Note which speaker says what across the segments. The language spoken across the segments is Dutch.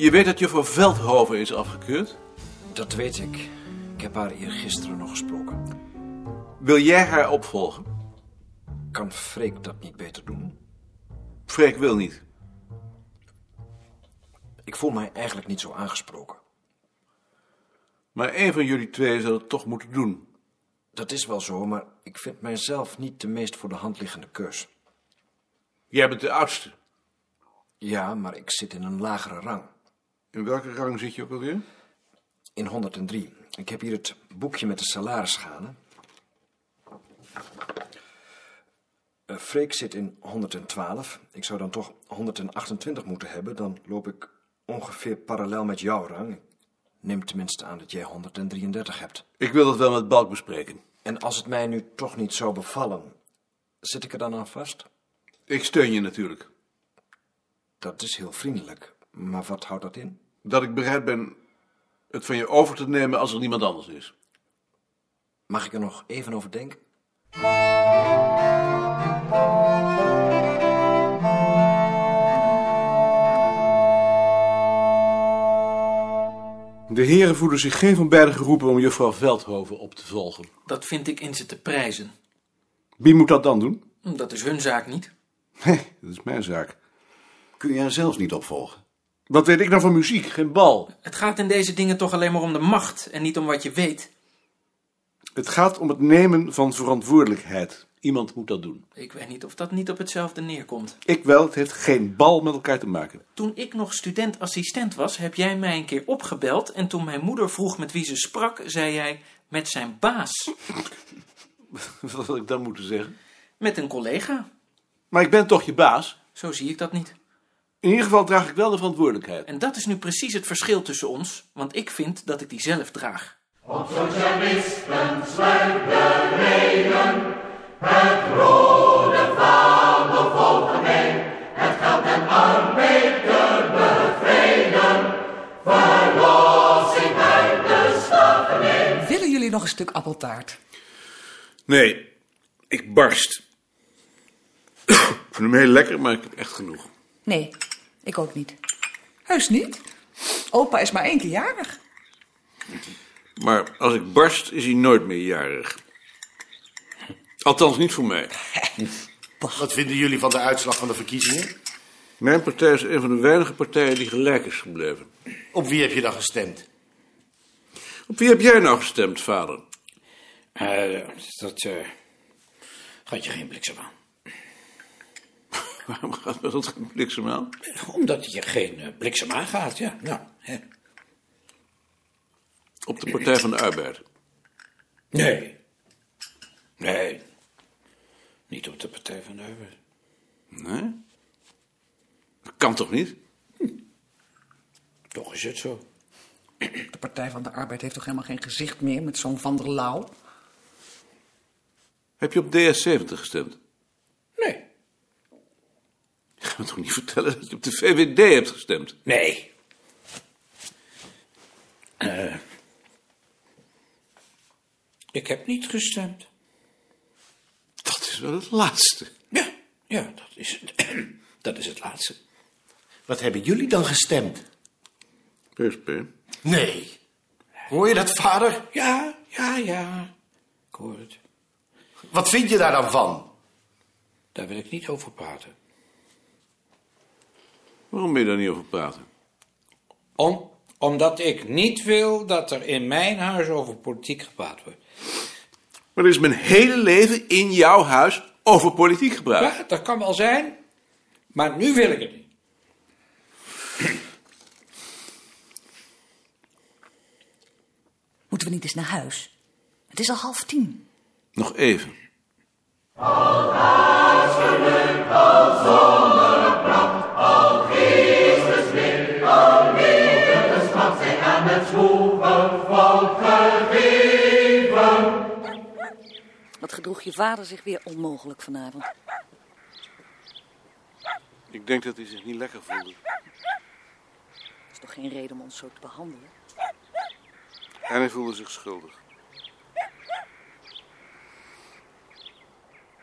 Speaker 1: Je weet dat juffrouw Veldhoven is afgekeurd?
Speaker 2: Dat weet ik. Ik heb haar hier gisteren nog gesproken.
Speaker 1: Wil jij haar opvolgen?
Speaker 2: Kan Freek dat niet beter doen?
Speaker 1: Freek wil niet.
Speaker 2: Ik voel mij eigenlijk niet zo aangesproken.
Speaker 1: Maar één van jullie twee zal het toch moeten doen.
Speaker 2: Dat is wel zo, maar ik vind mijzelf niet de meest voor de hand liggende keus.
Speaker 1: Jij bent de oudste.
Speaker 2: Ja, maar ik zit in een lagere rang.
Speaker 1: In welke rang zit je ook alweer?
Speaker 2: In 103. Ik heb hier het boekje met de salarisschalen. Eh, Freek zit in 112. Ik zou dan toch 128 moeten hebben. Dan loop ik ongeveer parallel met jouw rang. Ik Neem tenminste aan dat jij 133 hebt.
Speaker 1: Ik wil dat wel met Balk bespreken.
Speaker 2: En als het mij nu toch niet zou bevallen, zit ik er dan aan vast?
Speaker 1: Ik steun je natuurlijk.
Speaker 2: Dat is heel vriendelijk. Maar wat houdt dat in?
Speaker 1: Dat ik bereid ben het van je over te nemen als er niemand anders is.
Speaker 2: Mag ik er nog even over denken?
Speaker 1: De heren voelen zich geen van beiden geroepen om juffrouw Veldhoven op te volgen.
Speaker 3: Dat vind ik in ze te prijzen.
Speaker 1: Wie moet dat dan doen?
Speaker 3: Dat is hun zaak niet.
Speaker 1: Nee, dat is mijn zaak.
Speaker 4: Kun je haar zelfs niet opvolgen?
Speaker 1: Wat weet ik nou van muziek? Geen bal.
Speaker 3: Het gaat in deze dingen toch alleen maar om de macht en niet om wat je weet.
Speaker 1: Het gaat om het nemen van verantwoordelijkheid. Iemand moet dat doen.
Speaker 3: Ik weet niet of dat niet op hetzelfde neerkomt.
Speaker 1: Ik wel, het heeft geen bal met elkaar te maken.
Speaker 3: Toen ik nog student-assistent was, heb jij mij een keer opgebeld. En toen mijn moeder vroeg met wie ze sprak, zei jij met zijn baas.
Speaker 1: Wat had ik dan moeten zeggen?
Speaker 3: Met een collega.
Speaker 1: Maar ik ben toch je baas?
Speaker 3: Zo zie ik dat niet.
Speaker 1: In ieder geval draag ik wel de verantwoordelijkheid.
Speaker 3: En dat is nu precies het verschil tussen ons, want ik vind dat ik die zelf draag.
Speaker 5: Willen jullie nog een stuk appeltaart?
Speaker 6: Nee, ik barst.
Speaker 1: Ik vind hem heel lekker, maar ik heb echt genoeg.
Speaker 5: Nee, ik ook niet. Heus niet. Opa is maar één keer jarig.
Speaker 1: Maar als ik barst, is hij nooit meer jarig. Althans, niet voor mij.
Speaker 7: Wat vinden jullie van de uitslag van de verkiezingen?
Speaker 1: Mijn partij is een van de weinige partijen die gelijk is gebleven.
Speaker 7: Op wie heb je dan gestemd?
Speaker 1: Op wie heb jij nou gestemd, vader?
Speaker 6: Eh, dat eh, gaat je geen bliksem aan.
Speaker 1: Waarom gaat me dat geen bliksem aan?
Speaker 6: Omdat het je geen eh, bliksem aangaat, ja. Nou, hè.
Speaker 1: Op de Partij van de Arbeid.
Speaker 6: Nee. Nee. Niet op de Partij van de Arbeid.
Speaker 1: Nee? Dat kan toch niet?
Speaker 6: Toch is het zo.
Speaker 5: De Partij van de Arbeid heeft toch helemaal geen gezicht meer met zo'n Van der Lauw?
Speaker 1: Heb je op DS70 gestemd?
Speaker 6: Nee.
Speaker 1: Je gaat me toch niet vertellen dat je op de VWD hebt gestemd?
Speaker 6: Nee. Eh, ik heb niet gestemd.
Speaker 1: Dat is wel het laatste.
Speaker 6: Ja, ja, dat is het. dat is het laatste.
Speaker 7: Wat hebben jullie dan gestemd?
Speaker 1: PSP.
Speaker 7: Nee. Hoor je dat, vader?
Speaker 6: Ja, ja, ja. Ik hoor het.
Speaker 7: Wat vind je daar dan van?
Speaker 6: Daar wil ik niet over praten.
Speaker 1: Waarom wil je daar niet over praten?
Speaker 6: Om, omdat ik niet wil dat er in mijn huis over politiek gepraat wordt.
Speaker 1: Maar er is mijn hele leven in jouw huis over politiek gepraat.
Speaker 6: Ja, dat kan wel zijn, maar nu wil ik het niet.
Speaker 5: Moeten we niet eens naar huis? Het is al half tien.
Speaker 1: Nog even.
Speaker 8: Wat gedroeg je vader zich weer onmogelijk vanavond?
Speaker 1: Ik denk dat hij zich niet lekker voelde.
Speaker 8: Dat is toch geen reden om ons zo te behandelen?
Speaker 1: En hij voelde zich schuldig.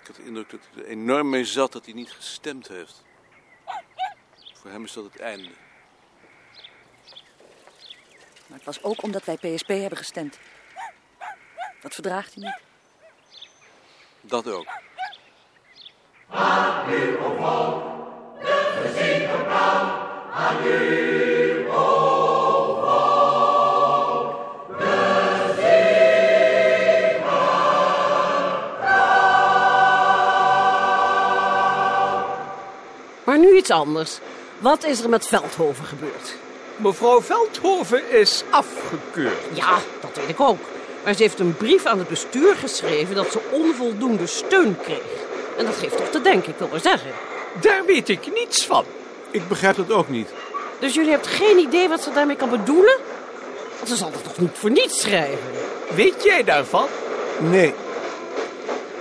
Speaker 1: Ik had de indruk dat hij er enorm mee zat dat hij niet gestemd heeft. Voor hem is dat het einde.
Speaker 9: Maar het was ook omdat wij PSP hebben gestemd. Dat verdraagt hij niet.
Speaker 10: Dat ook.
Speaker 11: Maar nu iets anders. Wat is er met Veldhoven gebeurd?
Speaker 3: Mevrouw Veldhoven is afgekeurd.
Speaker 11: Ja, dat weet ik ook. Maar ze heeft een brief aan het bestuur geschreven dat ze onvoldoende steun kreeg. En dat geeft toch te denken, ik wil maar zeggen.
Speaker 3: Daar weet ik niets van.
Speaker 10: Ik begrijp dat ook niet.
Speaker 11: Dus jullie hebben geen idee wat ze daarmee kan bedoelen? Want ze zal dat toch niet voor niets schrijven?
Speaker 3: Weet jij daarvan?
Speaker 10: Nee.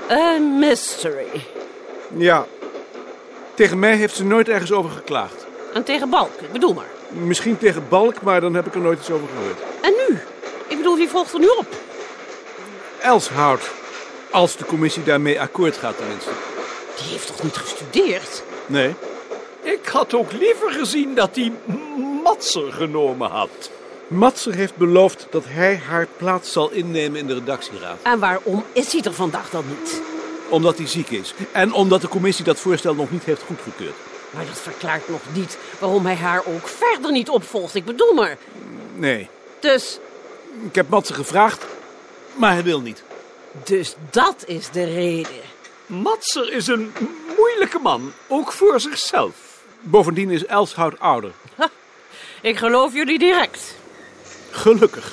Speaker 11: Een mystery.
Speaker 10: Ja. Tegen mij heeft ze nooit ergens over geklaagd.
Speaker 11: En tegen Balk, ik bedoel maar.
Speaker 10: Misschien tegen Balk, maar dan heb ik er nooit iets over gehoord.
Speaker 11: En nu? Ik bedoel, wie volgt er nu op?
Speaker 10: Elshout. Als de commissie daarmee akkoord gaat, tenminste.
Speaker 11: Die heeft toch niet gestudeerd?
Speaker 10: Nee.
Speaker 3: Ik had ook liever gezien dat hij Matser genomen had.
Speaker 10: Matser heeft beloofd dat hij haar plaats zal innemen in de redactieraad.
Speaker 11: En waarom is hij er vandaag dan niet?
Speaker 10: Omdat hij ziek is. En omdat de commissie dat voorstel nog niet heeft goedgekeurd.
Speaker 11: Maar dat verklaart nog niet waarom hij haar ook verder niet opvolgt. Ik bedoel maar.
Speaker 10: Nee.
Speaker 11: Dus,
Speaker 10: Ik heb Matser gevraagd, maar hij wil niet.
Speaker 11: dus dat is de reden.
Speaker 3: Matser is een moeilijke man, ook voor zichzelf.
Speaker 10: Bovendien is Elshout ouder.
Speaker 11: Ik geloof jullie direct.
Speaker 10: Gelukkig.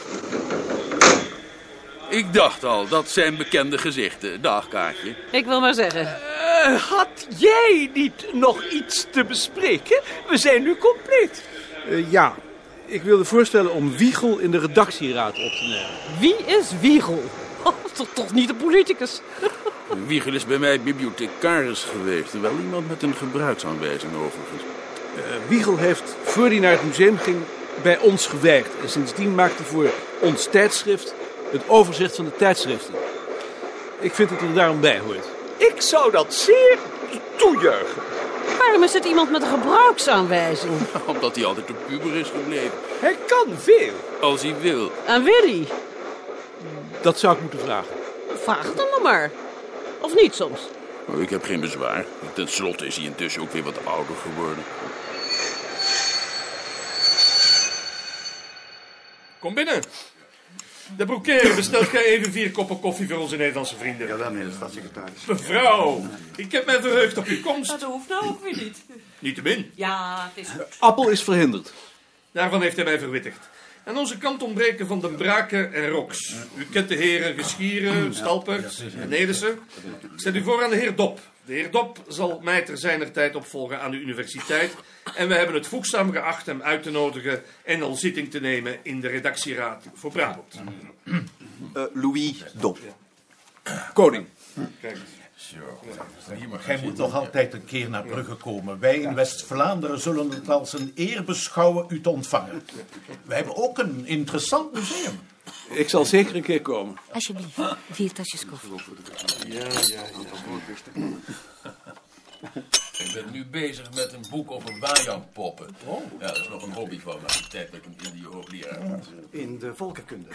Speaker 1: Ik dacht al, dat zijn bekende gezichten. Dag, Kaatje.
Speaker 11: Ik wil maar zeggen.
Speaker 3: Eh, had jij niet nog iets te bespreken? We zijn nu compleet.
Speaker 10: Eh, ja, ik wilde voorstellen om Wiegel in de redactieraad op te nemen.
Speaker 11: Wie is Wiegel? Oh, toch, toch niet de politicus?
Speaker 1: Wiegel is bij mij bibliothecaris geweest. Wel iemand met een gebruiksaanwijzing overigens.
Speaker 10: Eh, Wiegel heeft, voor hij naar het museum ging, bij ons gewerkt. En sindsdien maakt hij voor ons tijdschrift het overzicht van de tijdschriften. Ik vind dat hij er daarom bij hoort.
Speaker 3: Ik zou dat zeer toejuichen.
Speaker 11: Waarom is het iemand met een gebruiksaanwijzing?
Speaker 1: Omdat hij altijd een puber is gebleven.
Speaker 3: Hij kan veel.
Speaker 1: Als hij wil.
Speaker 11: En Willy?
Speaker 10: Dat zou ik moeten vragen.
Speaker 11: Vraag het hem dan maar. Of niet soms?
Speaker 1: Oh, ik heb geen bezwaar. Ten slotte is hij intussen ook weer wat ouder geworden.
Speaker 12: Kom binnen. De broekeren bestelt gij even vier koppen koffie voor onze Nederlandse vrienden. Ja, wel meneer de staatssecretaris. Mevrouw, ik heb mij verheugd op uw komst.
Speaker 13: Dat hoeft nou ook weer niet.
Speaker 12: Niet te min.
Speaker 13: Ja, het is goed.
Speaker 10: Appel is verhinderd.
Speaker 12: Daarvan heeft hij mij verwittigd. Aan onze kant ontbreken Van den Braken en Rox. U kent de heren Geschieren, Stalpers en Nelissen. Ik stel u voor aan de heer Dop. De heer Dop zal mij ter zijner tijd opvolgen aan de universiteit. En we hebben het voegzaam geacht hem uit te nodigen en al zitting te nemen in de redactieraad voor Brabant.
Speaker 14: Louis Dop.
Speaker 10: Koning.
Speaker 12: Kijk.
Speaker 6: Zo. Nee, maar Gij moet toch altijd een keer naar Brugge komen. Wij in West-Vlaanderen zullen het als een eer beschouwen u te ontvangen. Wij hebben ook een interessant museum.
Speaker 10: Ik zal zeker een keer komen.
Speaker 9: Alsjeblieft, vier tasjes koffie.
Speaker 12: Ja, ja, ja.
Speaker 15: Ik ben nu bezig met een boek over wajanpoppen. Ja, dat is nog een hobby van mij. De tijd dat ik een Indië-hoogleraar was.
Speaker 14: In de volkenkunde.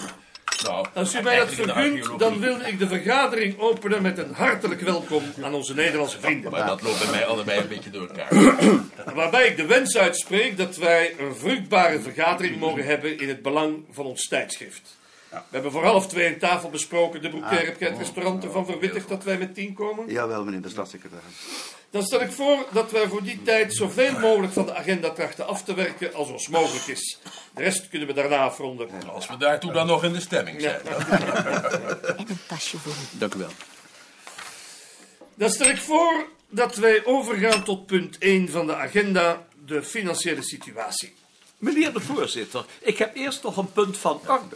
Speaker 15: Nou,
Speaker 12: Als u mij dat
Speaker 15: eigenlijk in de
Speaker 12: vergunt,
Speaker 15: archeologie.
Speaker 12: dan wil ik de vergadering openen met een hartelijk welkom aan onze Nederlandse vrienden.
Speaker 15: Maar dat loopt bij mij allebei een beetje door elkaar.
Speaker 12: Waarbij ik de wens uitspreek dat wij een vruchtbare vergadering mogen hebben in het belang van ons tijdschrift. We hebben voor half twee aan tafel besproken. De
Speaker 14: Ah,
Speaker 12: broekair heb jij het restaurant ervan verwittigd dat wij met tien komen.
Speaker 14: oh, Jawel, meneer de staatssecretaris.
Speaker 12: Dan stel ik voor dat wij voor die tijd zoveel mogelijk van de agenda trachten af te werken als ons mogelijk is. De rest kunnen we daarna afronden.
Speaker 15: Als we daartoe dan nog in de stemming zijn.
Speaker 12: Ja.
Speaker 9: Een tasje voor u.
Speaker 10: Dank u wel.
Speaker 12: Dan stel ik voor dat wij overgaan tot punt 1 van de agenda, de financiële situatie.
Speaker 3: Meneer de voorzitter, ik heb eerst nog een punt van orde.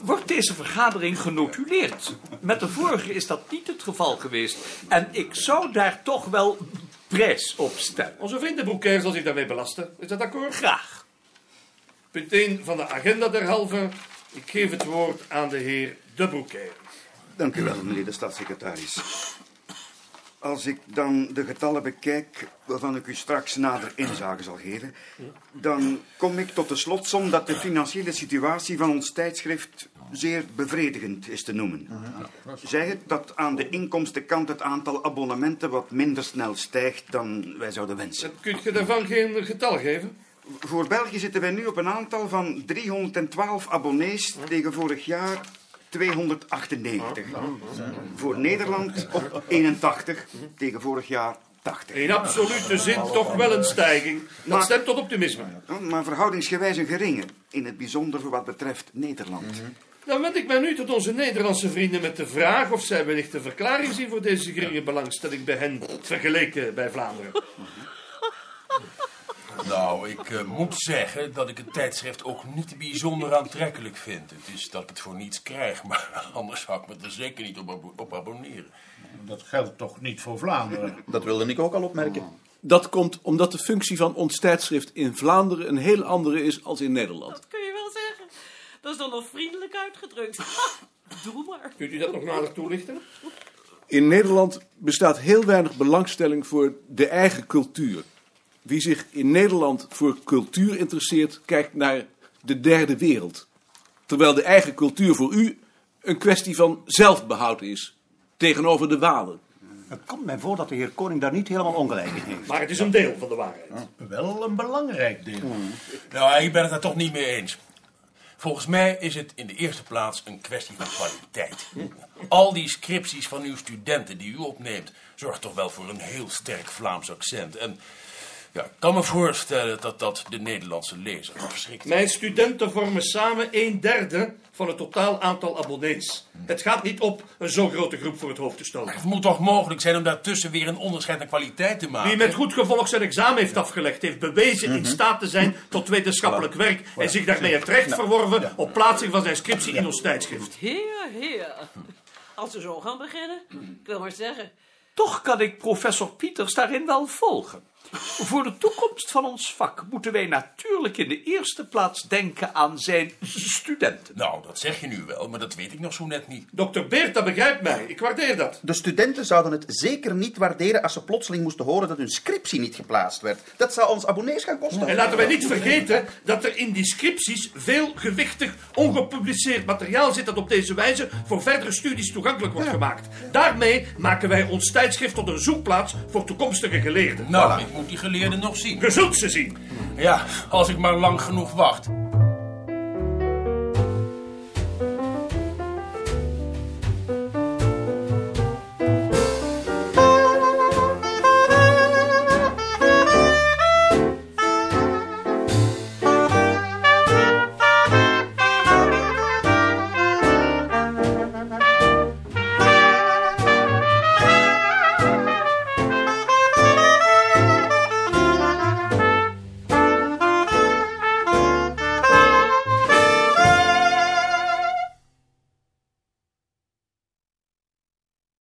Speaker 3: Wordt deze vergadering genotuleerd? Met de vorige is dat niet het geval geweest. En ik zou daar toch wel prijs op stellen.
Speaker 12: Onze vrienden Broekair zal zich daarmee belasten. Is dat akkoord?
Speaker 3: Graag.
Speaker 12: Punt 1 van de agenda derhalve. Ik geef het woord aan de heer De Broekair.
Speaker 14: Dank u wel, meneer de staatssecretaris.
Speaker 10: Als ik dan de getallen bekijk, waarvan ik u straks nader inzage zal geven, dan kom ik tot de slotsom dat de financiële situatie van ons tijdschrift zeer bevredigend is te noemen. Zeg het dat aan de inkomstenkant het aantal abonnementen wat minder snel stijgt dan wij zouden wensen.
Speaker 12: Kunt je daarvan geen getal geven?
Speaker 10: Voor België zitten wij nu op een aantal van 312 abonnees tegen vorig jaar 298. Voor Nederland op 81 tegen vorig jaar 80.
Speaker 12: In absolute zin toch wel een stijging. Dat
Speaker 10: Maar-
Speaker 12: stemt tot optimisme.
Speaker 10: Maar verhoudingsgewijs een geringe, in het bijzonder voor wat betreft Nederland.
Speaker 12: Dan wend Nou, ik mij nu tot onze Nederlandse vrienden met de vraag of zij wellicht een verklaring zien voor deze geringe belangstelling bij hen vergeleken bij Vlaanderen.
Speaker 16: Nou, ik eh, moet zeggen dat ik het tijdschrift ook niet bijzonder aantrekkelijk vind. Het is dat ik het voor niets krijg, maar anders zou ik me er zeker niet op, abo- op abonneren.
Speaker 17: Dat geldt toch niet voor Vlaanderen?
Speaker 1: Dat wilde ik ook al opmerken. Dat komt omdat de functie van ons tijdschrift in Vlaanderen een heel andere is als in Nederland.
Speaker 11: Dat kun je wel zeggen. Dat is dan nog vriendelijk uitgedrukt. Doe maar.
Speaker 12: Kunt u dat nog nader toelichten?
Speaker 1: In Nederland bestaat heel weinig belangstelling voor de eigen cultuur. Wie zich in Nederland voor cultuur interesseert, kijkt naar de derde wereld. Terwijl de eigen cultuur voor u een kwestie van zelfbehoud is tegenover de Walen.
Speaker 6: Het komt mij voor dat de heer Koning daar niet helemaal ongelijk in heeft.
Speaker 12: Maar het is een deel van de waarheid.
Speaker 17: Wel een belangrijk deel.
Speaker 16: Nou, ik ben het daar toch niet mee eens. Volgens mij is het in de eerste plaats een kwestie van kwaliteit. Al die scripties van uw studenten die u opneemt, zorgt toch wel voor een heel sterk Vlaams accent. En ja, ik kan me voorstellen dat dat de Nederlandse lezer afschrikt.
Speaker 12: Mijn studenten vormen samen een derde van het totaal aantal abonnees. Het gaat niet op een zo grote groep voor het hoofd te stoten.
Speaker 16: Het moet toch mogelijk zijn om daartussen weer een onderscheid naar kwaliteit te maken?
Speaker 12: Wie met goed gevolg zijn examen heeft afgelegd, heeft bewezen in staat te zijn tot wetenschappelijk werk en zich daarmee het recht verworven op plaatsing van zijn scriptie in ons tijdschrift.
Speaker 3: Heer, heer. Als we zo gaan beginnen, ik wil maar zeggen...
Speaker 18: Toch kan ik professor Pieters daarin wel volgen. Voor de toekomst van ons vak moeten wij natuurlijk in de eerste plaats denken aan zijn studenten.
Speaker 16: Nou, dat zeg je nu wel, maar dat weet ik nog zo net niet.
Speaker 12: Dokter Beert, dat begrijpt mij. Ik waardeer dat.
Speaker 6: De studenten zouden het zeker niet waarderen als ze plotseling moesten horen dat hun scriptie niet geplaatst werd. Dat zou ons abonnees gaan kosten.
Speaker 12: En laten wij niet vergeten dat er in die scripties veel gewichtig ongepubliceerd materiaal zit dat op deze wijze voor verdere studies toegankelijk wordt gemaakt. Daarmee maken wij ons tijdschrift tot een zoekplaats voor toekomstige geleerden.
Speaker 16: Nou, ik moet die geleerden nog zien.
Speaker 12: Je zult ze zien.
Speaker 16: Ja, als ik maar lang genoeg wacht.